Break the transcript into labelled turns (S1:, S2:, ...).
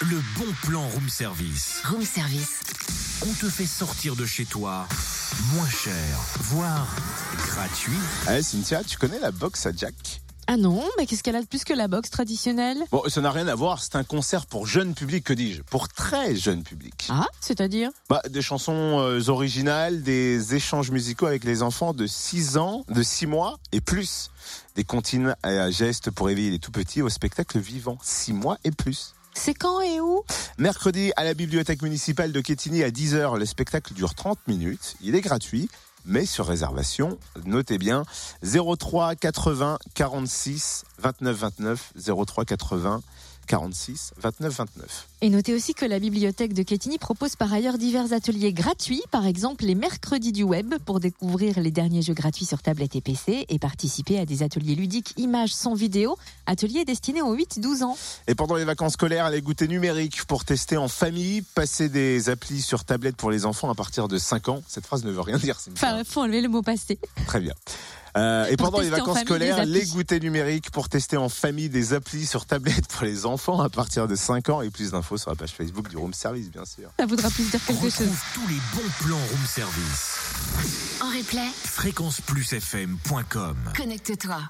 S1: Le bon plan room service.
S2: Room service.
S1: On te fait sortir de chez toi moins cher, voire gratuit.
S3: Allez Eh, Cynthia, tu connais la boxe à Jack
S4: Ah non, mais qu'est-ce qu'elle a de plus que la boxe traditionnelle
S3: Bon, ça n'a rien à voir, c'est un concert pour jeune public, que dis-je Pour très jeune public.
S4: Ah, c'est-à-dire
S3: Bah, des chansons euh, originales, des échanges musicaux avec les enfants de 6 ans, de 6 mois et plus. Des comptines à gestes pour éveiller les tout-petits au spectacle vivant, 6 mois et plus.
S4: C'est quand et où
S3: Mercredi, à la bibliothèque municipale de Quétigny à 10h, le spectacle dure 30 minutes. Il est gratuit, mais sur réservation, notez bien, 03 80 46 29 29, 03 80 46 29 29.
S4: Et notez aussi que la bibliothèque de Quetigny propose par ailleurs divers ateliers gratuits, par exemple les mercredis du web pour découvrir les derniers jeux gratuits sur tablette et PC et participer à des ateliers ludiques images sans vidéo, ateliers destinés aux 8-12 ans.
S3: Et pendant les vacances scolaires, les goûters numériques pour tester en famille, passer des applis sur tablette pour les enfants à partir de 5 ans. Cette phrase ne veut rien dire, Cynthia.
S4: Enfin, faut enlever le mot passé.
S3: Très bien. Euh, et
S4: Pour
S3: pendant les
S4: tester en
S3: vacances
S4: famille des
S3: scolaires,
S4: applis.
S3: les goûters numériques pour tester en famille des applis sur tablette pour les enfants à partir de 5 ans et plus d'infos sur la page Facebook du Room Service, bien sûr.
S4: Ça voudra plus dire quelque chose.
S1: Retrouve tous les bons plans room service.
S2: En replay,
S1: Fréquenceplusfm.com
S2: connecte-toi.